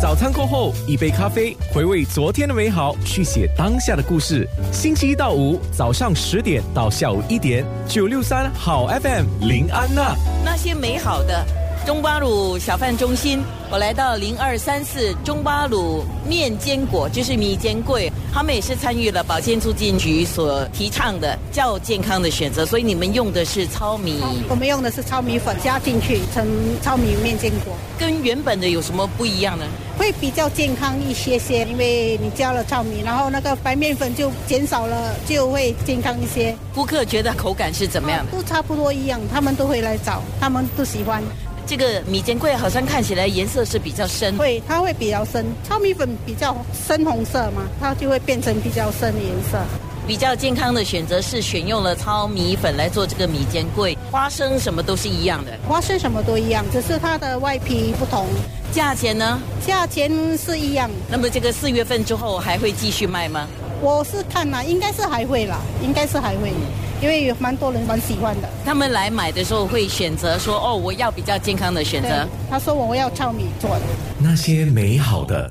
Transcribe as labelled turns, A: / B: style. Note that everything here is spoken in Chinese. A: 早餐过后，一杯咖啡，回味昨天的美好，去写当下的故事。星期一到五早上十点到下午一点，九六三好 FM 林安娜。
B: 那些美好的中巴鲁小贩中心，我来到零二三四中巴鲁面坚果，就是米坚贵，他们也是参与了保健促进局所提倡的较健康的选择，所以你们用的是糙米，
C: 我们用的是糙米粉加进去成糙米面筋果，
B: 跟原本的有什么不一样呢？
C: 会比较健康一些些，因为你加了糙米，然后那个白面粉就减少了，就会健康一些。
B: 顾客觉得口感是怎么样的？
C: 都差不多一样，他们都会来找，他们都喜欢。
B: 这个米坚贵好像看起来颜色是比较深，
C: 会，它会比较深，糙米粉比较深红色嘛，它就会变成比较深的颜色。
B: 比较健康的选择是选用了糙米粉来做这个米坚贵，花生什么都是一样的，
C: 花生什么都一样，只是它的外皮不同，
B: 价钱呢？
C: 价钱是一样。
B: 那么这个四月份之后还会继续卖吗？
C: 我是看啦，应该是还会啦，应该是还会，因为有蛮多人蛮喜欢的。
B: 他们来买的时候会选择说，哦，我要比较健康的选
C: 对
B: 择。，
C: 他说我要糙米做的。
A: 那些美好的，